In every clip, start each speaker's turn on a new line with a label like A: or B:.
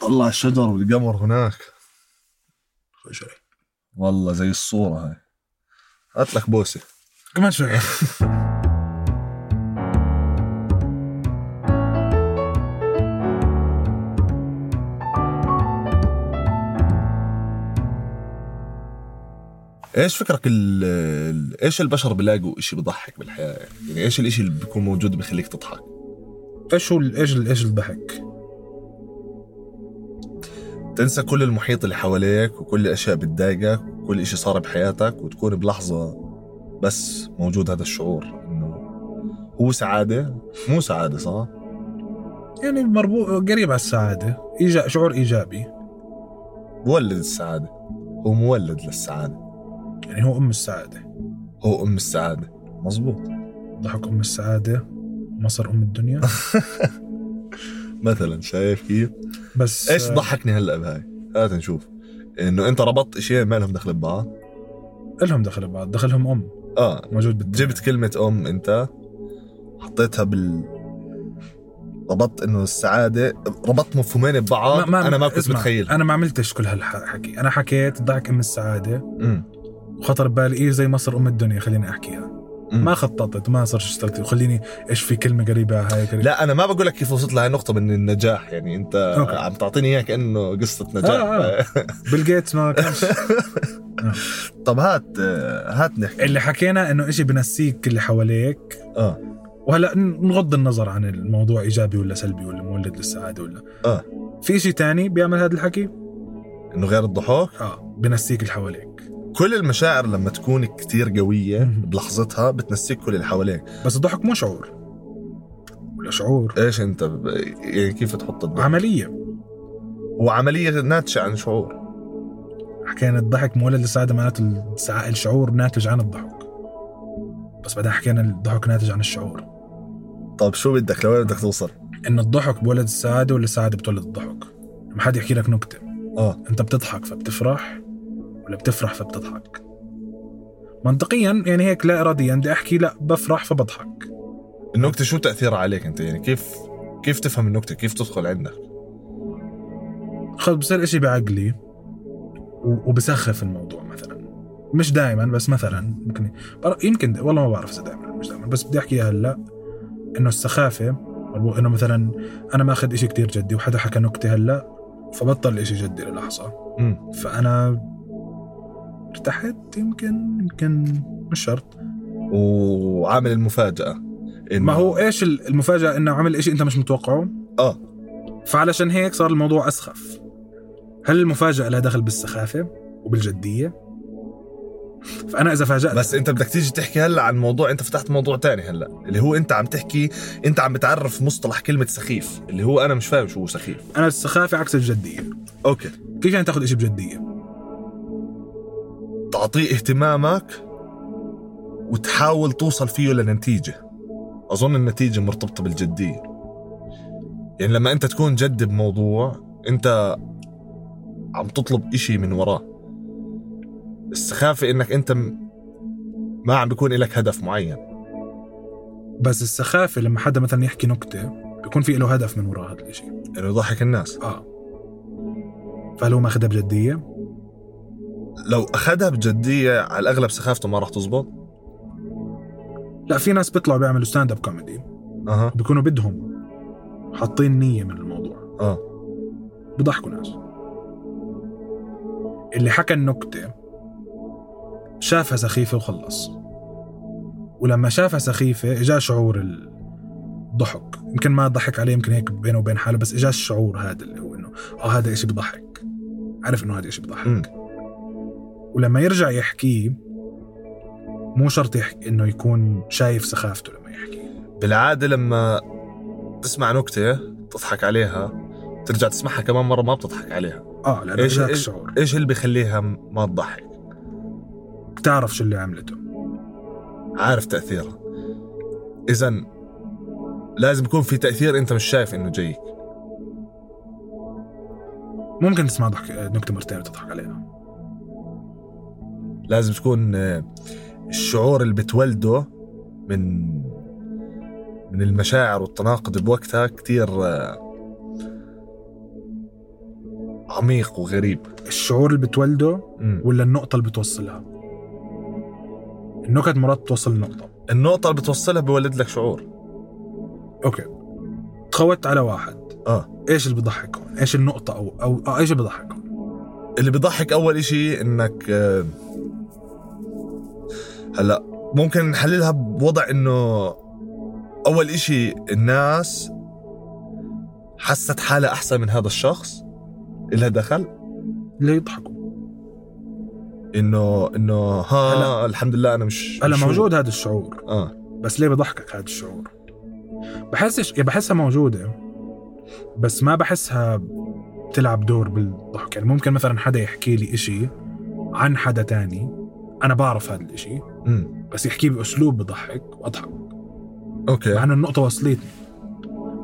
A: طلع الشجر والقمر هناك
B: خش عليه
A: والله زي الصورة هاي هات لك بوسة
B: كمان شوي
A: ايش فكرك ال ال- ايش البشر بيلاقوا اشي بضحك بالحياة يعني, يعني ايش الاشي اللي بيكون موجود بخليك تضحك
B: ايش هو ال- ايش ال- ايش الضحك؟
A: تنسى كل المحيط اللي حواليك وكل الاشياء بتضايقك وكل اشي صار بحياتك وتكون بلحظة بس موجود هذا الشعور انه هو سعادة مو سعادة صح؟
B: يعني مربوط قريب على السعاده إيجا... شعور ايجابي
A: مولد السعادة هو مولد للسعادة
B: يعني هو ام السعاده
A: هو أم السعادة مزبوط
B: ضحك ام السعاده مصر ام الدنيا
A: مثلا شايف كيف؟
B: بس
A: ايش ضحكني هلا بهاي؟ هات نشوف انه انت ربطت اشياء ما لهم دخل ببعض
B: لهم دخل ببعض دخلهم ام
A: اه
B: موجود بالدنيا
A: جبت كلمة أم أنت حطيتها بال ربطت إنه السعادة ربطت مفهومين ببعض ما أنا ما كنت
B: اسمع،
A: متخيلها
B: انا ما عملتش كل هالحكي انا حكيت ضحك ام السعاده
A: أمم،
B: وخطر ببالي ايه زي مصر ام الدنيا خليني احكيها
A: أمم.
B: ما خططت ما صار اشتغلت وخليني ايش في كلمه قريبه على هاي قريبة.
A: لا أنا ما بقول لك كيف وصلت لهي النقطة من النجاح يعني أنت
B: أوكي.
A: عم تعطيني إياها كأنه قصة نجاح
B: آه، بيل جيتس ما كانش
A: طب هات آه، هات نحكي
B: اللي حكينا انه إشي بنسيك اللي حواليك
A: آه.
B: وهلا ن- نغض النظر عن الموضوع ايجابي ولا سلبي ولا مولد للسعاده ولا
A: آه.
B: في إشي تاني بيعمل هذا الحكي
A: إنه غير الضحوك
B: اه بنسيك اللي حواليك
A: كل المشاعر لما تكون كتير قوية
B: مم.
A: بلحظتها بتنسيك كل اللي حواليك
B: بس الضحك مو شعور ولا شعور
A: إيش أنت ب... يعني كيف تحط الضحك
B: عمليه
A: وعملية ناتجة عن شعور
B: حكينا الضحك مولد للسعاده معناته السع- الشعور ناتج عن الضحك بس بعدين حكينا الضحك ناتج عن الشعور
A: طب شو بدك لوين بدك توصل
B: ان الضحك بولد السعاده ولا السعاده بتولد الضحك لما حد يحكي لك نكته
A: آه
B: انت بتضحك فبتفرح ولا بتفرح فبتضحك منطقيا يعني هيك لا اراديا بدي احكي لا بفرح فبضحك
A: النكتة شو تأثيرها عليك أنت يعني كيف كيف تفهم النكتة كيف تدخل عندك
B: خلص بصير اشي بعقلي و- وبسخف الموضوع مثلا مش دائما بس مثلا ممكن بر- يمكن د- والله ما بعرف اذا دائما مش دائما بس بدي احكيها هلا انه السخافه مربو- انه مثلا انا ماخذ اشي كتير جدي وحدا حكى نكته هلا فبطل الاشي جدي للحظه
A: امم
B: فانا ارتحت يمكن يمكن مش شرط
A: وعامل المفاجأة إنه
B: ما هو ايش ال- المفاجاه انه عمل إشي انت مش متوقعه
A: آه.
B: فعلشان هيك صار الموضوع اسخف هل المفاجاه لها دخل بالسخافه وبالجديه فانا اذا فاجات
A: بس أنت بدك تيجي تحكي هلا عن موضوع أنت فتحت موضوع تاني هلا اللي هو أنت عم تحكي أنت عم بتعرف مصطلح كلمة سخيف اللي هو أنا مش فاهم شو هو سخيف
B: انا السخافه عكس الجديه
A: أوكي
B: كيف يعني تاخذ إشي بجديه
A: تعطيه اهتمامك وتحاول توصل فيه لنتيجة أظن النتيجة مرتبطة بالجدية يعني لما أنت تكون جد بموضوع أنت عم تطلب إشي من وراه السخافة إنك أنت م- ما عم بيكون إلك هدف معين
B: بس السخافه لما حدا مثلا يحكي نكته بيكون في له هدف من وراء هذا الشيء
A: إنه يضحك الناس
B: اه فهل هو ماخذها بجديه
A: لو أخدها بجدية على الأغلب سخافته ما راح تزبط
B: لا في ناس بيطلعوا بيعملوا ستاند اب كوميدي
A: أها
B: بيكونوا بدهم حاطين نيه من الموضوع
A: آه
B: بضحكوا ناس اللي حكى النكتة شافها سخيفة وخلص ولما شافها سخيفة إجا شعور الضحك يمكن ما ضحك عليه يمكن هيك بينه وبين حاله بس إجا الشعور هذا اللي هو إنه آه هذا إشي بضحك عرف إنه هذا إشي بضحك
A: مم.
B: ولما يرجع يحكيه مو شرط يحكي إنه يكون شايف سخافته لما يحكي
A: بالعادة لما تسمع نكتة تضحك عليها ترجع تسمعها كمان مرة ما بتضحك عليها
B: آه لأنه
A: إيش-
B: إجاك
A: إيش-
B: الشعور
A: ايش اللي بيخليها ما تضحك؟
B: بتعرف شو اللي عملته
A: عارف تاثيرها. اذا لازم يكون في تاثير انت مش شايف انه جايك.
B: ممكن تسمع ضحك نكتة مرتين وتضحك عليها
A: لازم تكون آه، الشعور اللي بتولده من من المشاعر والتناقض بوقتها كتير آه، عميق وغريب
B: الشعور اللي بتولده
A: مم.
B: ولا النقطه اللي بتوصلها النكت مرات بتوصل النقطه
A: النقطة اللي بتوصلها بيولد لك شعور
B: اوكي تخوت على واحد
A: اه
B: ايش اللي بضحك هون ايش النقطه او او آه ايش اللي بضحك هون
A: اللي بيضحك أول إشي إنك آه، هلا ممكن نحللها بوضع إنه أول إشي الناس حست حالها أحسن من هذا الشخص إلها دخل
B: ليه يضحكوا
A: إنه إنه ها
B: هلا.
A: الحمد لله أنا مش
B: هلا
A: مش هو.
B: موجود هذا الشعور
A: آه
B: بس ليه بضحكك هذا الشعور بحسش يعني بحسها موجودة بس ما بحسها بتلعب دور بالضحك يعني ممكن مثلا حدا يحكي لي إشي عن حدا تاني أنا بعرف هذا الإشي
A: امم
B: بس يحكيه بأسلوب بضحك وأضحك
A: أوكي
B: مع إنه النقطة وصلتني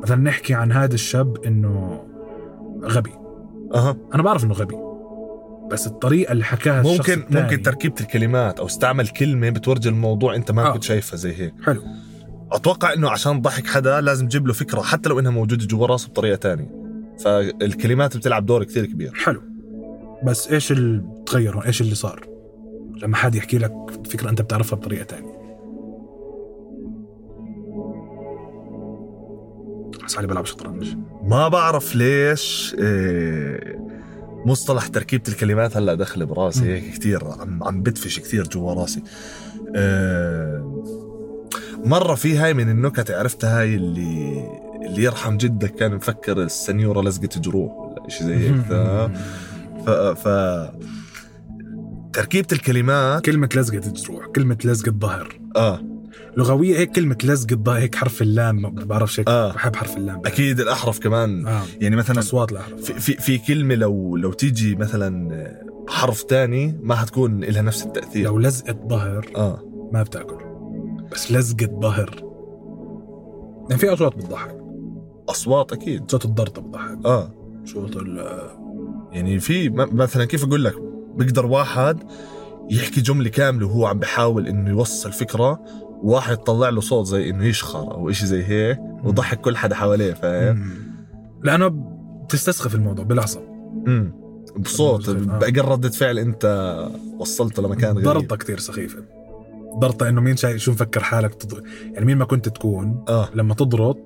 B: مثلا نحكي عن هذا الشاب إنه غبي
A: أها
B: أنا بعرف إنه غبي بس الطريقة اللي حكاها الشخص
A: ممكن
B: التاني
A: ممكن تركيبة الكلمات أو استعمل كلمة بتورجي الموضوع أنت ما
B: آه.
A: كنت شايفها زي هيك
B: حلو
A: اتوقع انه عشان تضحك حدا لازم تجيب له فكره حتى لو انها موجوده جوا راسه بطريقه تانية فالكلمات بتلعب دور كثير كبير
B: حلو بس ايش اللي تغير هون؟ ايش اللي صار لما حد يحكي لك فكره انت بتعرفها بطريقه تانية بس علي بلعب شطرنج
A: ما بعرف ليش إيه، مصطلح تركيبه الكلمات هلا دخل براسي
B: مم.
A: هيك كثير عم عم بدفش كثير جوا راسي إيه، مره في هاي من النكت عرفتها هاي اللي اللي يرحم جدك كان مفكر السنيوره لزقت جروح ولا شيء زي هيك ف- ف, ف... تركيبه الكلمات
B: كلمة لزقة الجروح كلمة لزقة ظهر
A: اه
B: لغوية هيك كلمة لزقة ظهر هيك حرف اللام ما بعرفش هيك
A: آه.
B: بحب حرف اللام
A: اكيد الاحرف كمان
B: آه.
A: يعني مثلا
B: أصوات الأحرف
A: في, في, في كلمه لو لو تيجي مثلا حرف تاني ما حتكون لها نفس التاثير
B: لو لزقة ظهر
A: اه
B: ما بتاكل بس لزقة ظهر يعني في أصوات بتضحك
A: اصوات اكيد
B: صوت الضرطة بتضحك
A: اه
B: صوت ال
A: يعني في م- مثلا كيف اقول لك بيقدر واحد يحكي جمله كامله وهو عم بحاول انه يوصل فكره واحد طلع له صوت زي انه يشخر او إشي زي هيك وضحك كل حدا حواليه فاهم
B: مم. لانه بتستسخف الموضوع بالعصب
A: مم. بصوت
B: آه.
A: باقل رده فعل انت وصلته لمكان غريب
B: ضرطه كثير سخيفه ضرطه انه مين شايف شو مفكر حالك تض... يعني مين ما كنت تكون
A: اه
B: لما تضرط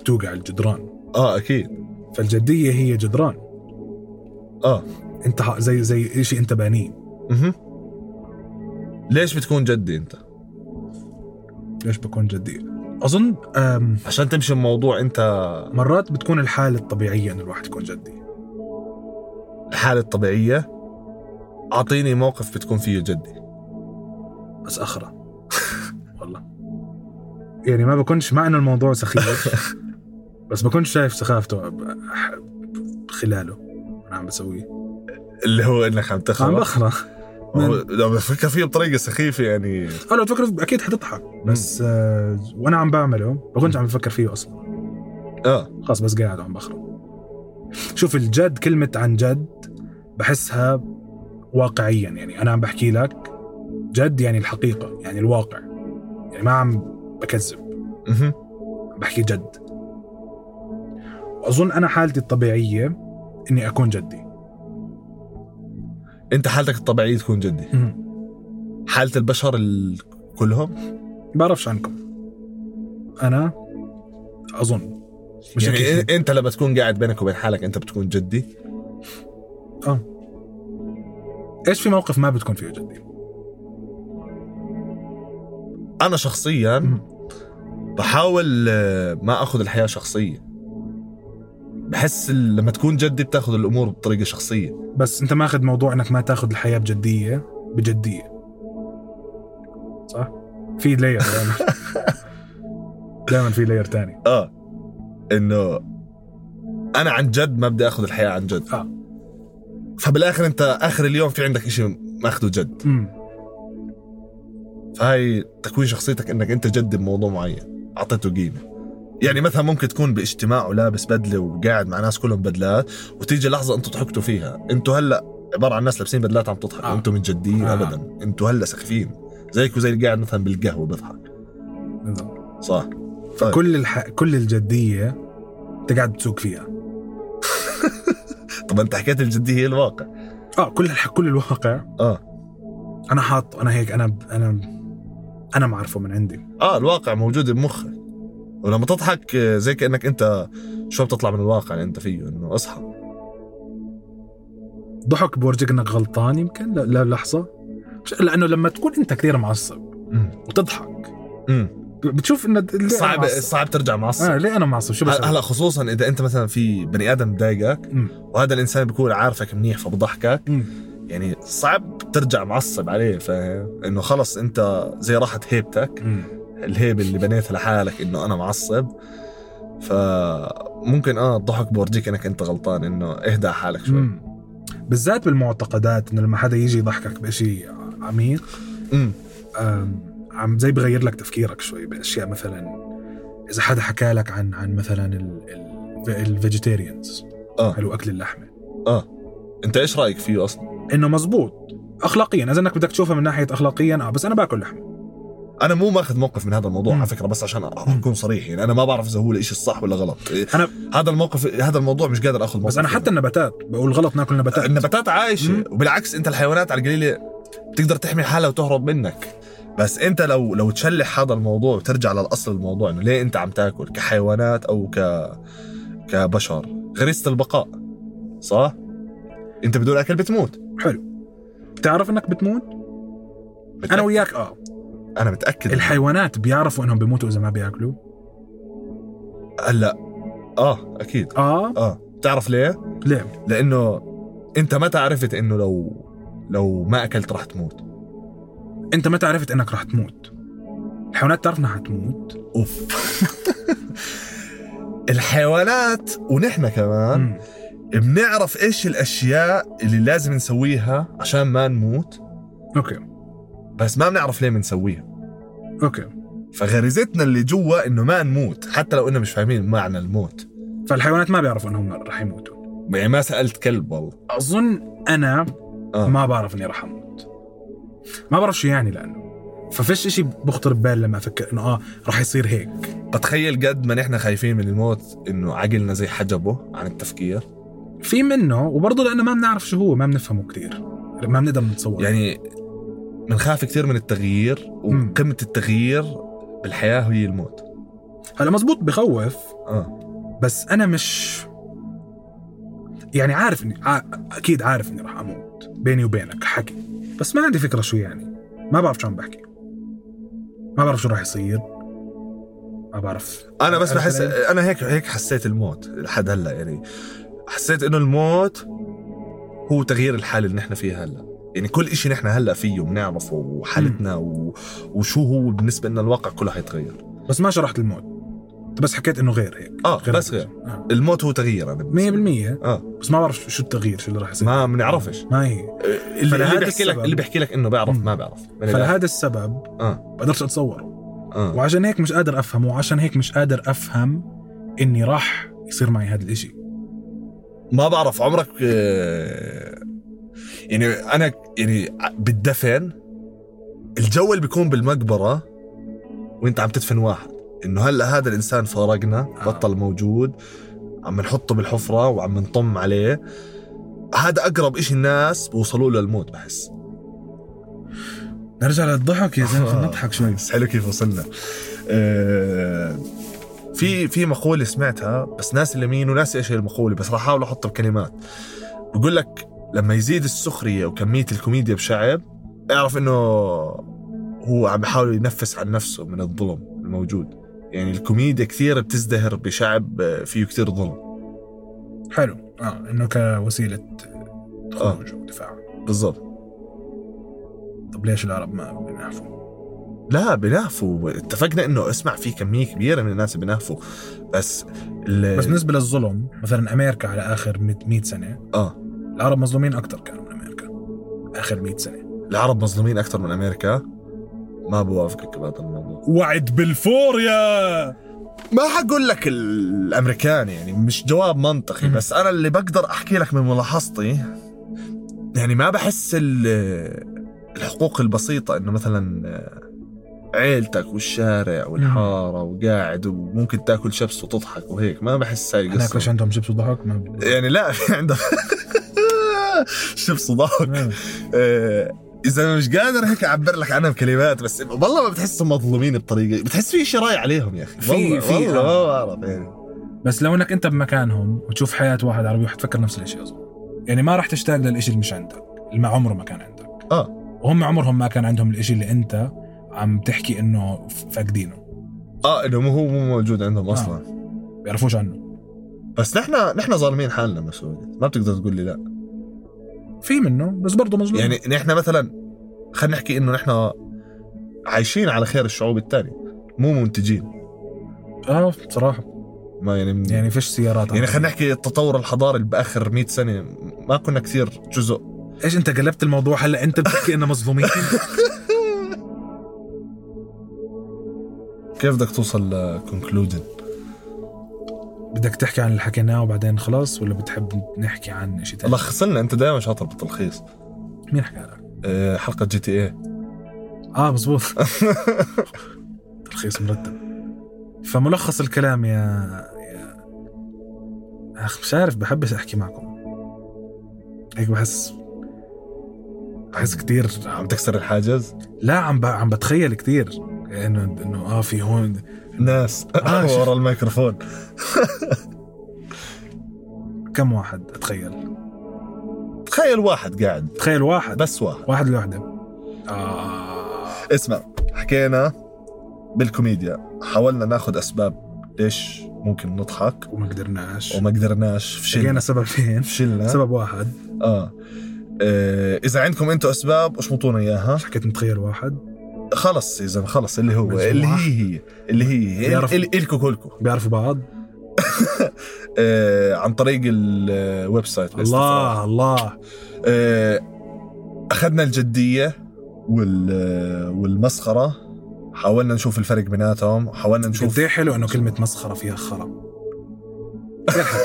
B: بتوقع الجدران
A: اه اكيد
B: فالجديه هي جدران
A: اه
B: انت ح- زي زي شيء انت بانيه
A: مهم. ليش بتكون جدي انت؟
B: ليش بكون جدي اظن آم،
A: عشان تمشي الموضوع انت
B: مرات بتكون الحاله الطبيعيه انه الواحد يكون جدي
A: الحالة الطبيعية اعطيني موقف بتكون فيه جدي
B: بس اخرى والله يعني ما بكونش مع انه الموضوع سخيف بس بكونش شايف سخافته ب- ح- خلاله وانا عم بسويه
A: اللي هو انك عم
B: عم
A: تخرب
B: بخرى
A: هو- لو بفكر فيه بطريقة سخيفة يعني
B: اه لو تفكر اكيد حتضحك بس آه وانا عم بعمله ما كنتش عم بفكر فيه اصلا
A: اه
B: خلاص بس قاعد عم بخرى شوف الجد كلمه عن جد بحسها واقعيا يعني انا عم بحكي لك جد يعني الحقيقه يعني الواقع يعني ما عم بكذب
A: مهم.
B: بحكي جد واظن انا حالتي الطبيعيه اني اكون جدي
A: انت حالتك الطبيعية تكون جدي حالة البشر ال... كلهم
B: بعرفش عنكم انا اظن مش
A: يعني
B: أكيد.
A: إن- انت لما تكون قاعد بينك وبين حالك انت بتكون جدي
B: ايش في موقف ما بتكون فيه جدي
A: انا شخصيا بحاول آه، ما اخذ الحياة شخصية بحس ال- لما تكون جدي بتاخذ الامور بطريقة شخصية
B: بس انت ماخذ موضوع انك ما تاخذ الحياه بجديه بجديه صح في لاير دائما دائما في لاير تاني
A: اه انه انا عن جد ما بدي اخذ الحياه عن جد
B: آه.
A: فبالاخر انت اخر اليوم في عندك إشي ماخذه جد
B: مم.
A: فهاي تكوين شخصيتك انك انت جد بموضوع معين اعطيته قيمه يعني مثلا ممكن تكون باجتماع ولابس بدله وقاعد مع ناس كلهم بدلات وتيجي لحظه انتم ضحكتوا فيها انتوا هلا عباره عن ناس لابسين بدلات عم تضحك
B: آه.
A: انتم من جديين
B: آه.
A: ابدا انتوا هلا سخيفين زيك وزي اللي قاعد مثلا بالقهوه بضحك
B: بالضبط.
A: صح
B: كل الح... كل الجديه انت قاعد بتسوق فيها
A: طيب، طب ما انت حكيت الجديه هي الواقع
B: اه كل الح- كل الواقع
A: اه
B: انا حاط انا هيك انا انا انا معرفه من عندي
A: اه الواقع موجود بمخك ولما تضحك آه، زي كانك انت شو بتطلع من الواقع اللي انت فيه انه اصحى
B: ضحك بورجيك انك غلطان يمكن ل- للحظه مش- لانه لما تكون انت كثير معصب
A: امم
B: وتضحك
A: امم
B: ب- بتشوف انه ليه أنا
A: صعب
B: معصب؟
A: صعب ترجع معصب
B: آه ليه انا معصب شو بس
A: هلا هلا خصوصا اذا انت مثلا في بني ادم بضايقك
B: مم.
A: وهذا الانسان بيكون عارفك منيح فبضحكك
B: مم.
A: يعني صعب ترجع معصب عليه فاهم انه خلص انت زي راحت هيبتك
B: مم.
A: الهيبه اللي بنيتها لحالك انه انا معصب فممكن اه الضحك بورجيك انك انت غلطان انه اهدى حالك شوي
B: مم. بالذات بالمعتقدات انه لما حدا يجي يضحكك بشيء عميق
A: امم
B: آم، عم زي بغير لك تفكيرك شوي باشياء مثلا اذا حدا حكى لك عن عن مثلا الفيجيتيريانز
A: آه.
B: حلو اكل اللحمه
A: انت ايش رايك فيه اصلا
B: انه مزبوط اخلاقيا اذا انك بدك تشوفها من ناحيه اخلاقيا اه بس انا باكل لحمه
A: انا مو ماخذ موقف من هذا الموضوع
B: مم.
A: على فكره بس عشان اكون صريح يعني انا ما بعرف اذا هو الشيء الصح ولا غلط إيه،
B: أنا-
A: هذا الموقف هذا الموضوع مش قادر اخذ موقف
B: بس انا
A: فيه.
B: حتى النباتات بقول غلط ناكل نباتات
A: النباتات عايشه
B: مم.
A: وبالعكس انت الحيوانات على القليله بتقدر تحمي حالها وتهرب منك بس انت لو لو تشلح هذا الموضوع وترجع للاصل الموضوع انه ليه انت عم تاكل كحيوانات او ك كبشر غريزه البقاء صح انت بدون اكل بتموت
B: بتعرف انك بتموت
A: متأكد.
B: انا وياك اه
A: انا متاكد
B: الحيوانات بيعرفوا انهم بيموتوا اذا ما بياكلوا
A: هلا اه اكيد
B: اه
A: اه بتعرف ليه
B: ليه
A: لانه انت متى عرفت انه لو لو ما اكلت راح تموت
B: انت متى عرفت انك رح تموت الحيوانات تعرف انها حتموت
A: اوف الحيوانات ونحن كمان
B: مم.
A: بنعرف ايش الاشياء اللي لازم نسويها عشان ما نموت
B: اوكي
A: بس ما بنعرف ليه بنسويها
B: اوكي
A: فغريزتنا اللي جوا انه ما نموت حتى لو انه مش فاهمين معنى الموت
B: فالحيوانات ما بيعرفوا انهم رح يموتوا
A: يعني ما سالت كلب والله
B: اظن انا
A: آه.
B: ما بعرف اني رح اموت ما بعرف شو يعني لانه ففيش اشي بخطر ببالي لما افكر انه اه رح يصير هيك
A: بتخيل قد ما نحن خايفين من الموت انه عقلنا زي حجبه عن التفكير
B: في منه وبرضه لانه ما بنعرف شو هو ما بنفهمه كتير ما بنقدر نتصور
A: يعني بنخاف كثير من التغيير
B: مم.
A: وقمه التغيير بالحياه هي الموت
B: هلا مزبوط بخوف
A: اه
B: بس انا مش يعني عارف اني ع... اكيد عارف اني راح اموت بيني وبينك حكي بس ما عندي فكره شو يعني ما بعرف شو عم بحكي ما بعرف شو راح يصير ما بعرف
A: انا بس
B: عرفت
A: بحس
B: علي؟
A: انا هيك هيك حسيت الموت لحد هلا يعني حسيت انه الموت هو تغيير الحاله اللي نحن فيها هلا يعني كل إشي نحن هلا فيه بنعرفه وحالتنا و... وشو هو بالنسبه لنا الواقع كله حيتغير
B: بس ما شرحت الموت انت بس حكيت انه غير هيك
A: اه بس
B: هيك.
A: غير الموت هو تغيير انا بالنسبة لي.
B: آه. 100%
A: اه
B: بس ما بعرف شو التغيير شو اللي راح يصير
A: ما يعني بنعرفش
B: ما هي
A: اللي,
B: فلهذا
A: اللي بيحكي لك
B: السبب-
A: اللي بيحكي لك انه بعرف
B: مم.
A: ما بعرف يعني من الآخر.
B: فلهذا السبب
A: اه
B: بقدرش اتصوره
A: اه
B: وعشان هيك مش قادر افهمه وعشان هيك مش قادر افهم اني راح يصير معي هذا الاشي
A: ما بعرف عمرك آه، يعني انا يعني ع- بالدفن الجو اللي بيكون بالمقبره وانت عم تدفن واحد انه هلا هذا الانسان فارقنا
B: آه.
A: بطل موجود عم نحطه بالحفره وعم نطم عليه هذا اقرب إشي الناس بوصلوا له الموت بحس
B: نرجع للضحك يا زلمه
A: آه.
B: خلينا نضحك شوي
A: بس حلو كيف وصلنا آه، في في مقولة سمعتها بس ناسي اليمين وناسي ايش هي المقولة بس راح احاول احطها بكلمات بقول لك لما يزيد السخرية وكمية الكوميديا بشعب اعرف انه هو عم يحاول ينفس عن نفسه من الظلم الموجود يعني الكوميديا كثير بتزدهر بشعب آه، فيه كثير ظلم
B: حلو اه انه كوسيله خروج ودفاع
A: بالضبط
B: طب ليش العرب ما بينعرفوا
A: لا بنافوا اتفقنا انه اسمع في كمية كبيرة من الناس بنافوا بس ال-
B: بس بالنسبه للظلم مثلا امريكا على اخر 100 سنه
A: اه
B: العرب مظلومين اكثر كانوا من امريكا اخر 100 سنه
A: العرب مظلومين اكثر من امريكا ما بوافقك بهذا الموضوع
B: وعد بالفور يا
A: ما حقول لك الامريكان يعني مش جواب منطقي
B: مم.
A: بس انا اللي بقدر احكي لك من ملاحظتي يعني ما بحس ال- الحقوق البسيطة انه مثلا عيلتك والشارع والحارة وقاعد وممكن تاكل شبس وتضحك وهيك ما بحس هاي
B: هناك ليش
A: القصة إيه.
B: عندهم شيبس وضحك ما بي-
A: يعني لا في عندهم شوف صداقك
B: آه.
A: آه، اذا انا مش قادر هيك اعبر لك عنها بكلمات بس والله ما بتحسهم مظلومين بطريقه بتحس في شيء راي عليهم يا اخي
B: في-
A: والله
B: في،
A: والله ما
B: آه.
A: بعرف يعني
B: بس لو انك انت بمكانهم وتشوف حياه واحد عربي حتفكر نفس الشيء اظن يعني ما راح تشتاق للشيء اللي مش عندك اللي ما عمره ما كان عندك
A: اه
B: وهم عمرهم ما كان عندهم الشيء اللي انت عم تحكي انه ف- فاقدينه
A: اه انه هو مو موجود عندهم
B: آه.
A: اصلا
B: بيعرفوش عنه
A: بس نحن نحن ظالمين حالنا مسؤولين ما بتقدر تقول لي لا
B: في منه بس برضه مظلوم
A: يعني نحن مثلا خلينا نحكي انه نحن عايشين على خير الشعوب الثانيه مو منتجين
B: اه بصراحه
A: ما يعني من يعني,
B: يعني فيش سيارات
A: يعني
B: عندنا.
A: خلينا نحكي التطور الحضاري اللي باخر 100 سنه ما كنا كثير جزء
B: ايش انت قلبت الموضوع هلا انت بتحكي انه مظلومين
A: كيف بدك توصل لكونكلوجن
B: بدك تحكي عن اللي حكيناه وبعدين خلاص ولا بتحب نحكي عن شيء ثاني
A: لخص لنا انت دائما شاطر بالتلخيص
B: مين حكى لك
A: آه، حلقه جي تي اي
B: اه مزبوط تلخيص مرتب فملخص الكلام يا يا اخ مش عارف بحبش احكي معكم هيك بحس بحس كثير
A: عم تكسر الحاجز
B: لا عم ب... عم بتخيل كثير انه انه اه في هون
A: ناس
B: آه، شوف.
A: ورا الميكروفون
B: كم واحد اتخيل
A: تخيل واحد قاعد
B: تخيل واحد
A: بس واحد
B: واحد لوحده آه.
A: اسمع حكينا بالكوميديا حاولنا ناخذ اسباب ليش ممكن نضحك
B: وما قدرناش
A: وما قدرناش فشلنا
B: لقينا سببين
A: فشلنا
B: سبب واحد
A: اه آه، اذا عندكم انتم اسباب اشمطونا اياها
B: حكيت نتخيل واحد
A: خلص يا زلمه خلص اللي هو
B: مجموعة.
A: اللي هي هي اللي هي هي
B: بيعرف-
A: ال- الكم كلكم
B: بيعرفوا بعض
A: آه، عن طريق آه، الويب سايت
B: الله الله
A: آه، اخذنا الجديه وال آه، والمسخره حاولنا نشوف الفرق بيناتهم حاولنا نشوف
B: قد ايه حلو انه كلمه مسخره فيها خرا كثير حلو.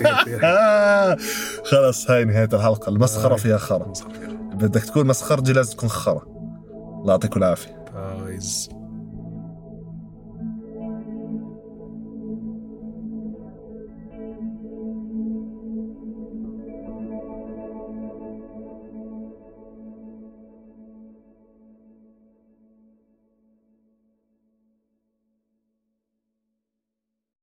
B: كثير كثير حلو.
A: آه، خلص هاي نهايه الحلقه المسخره
B: آه.
A: فيها خرا
B: مسخرة فيها
A: بدك تكون مسخرجي لازم تكون خرا الله يعطيكم العافيه
B: خرا. بايز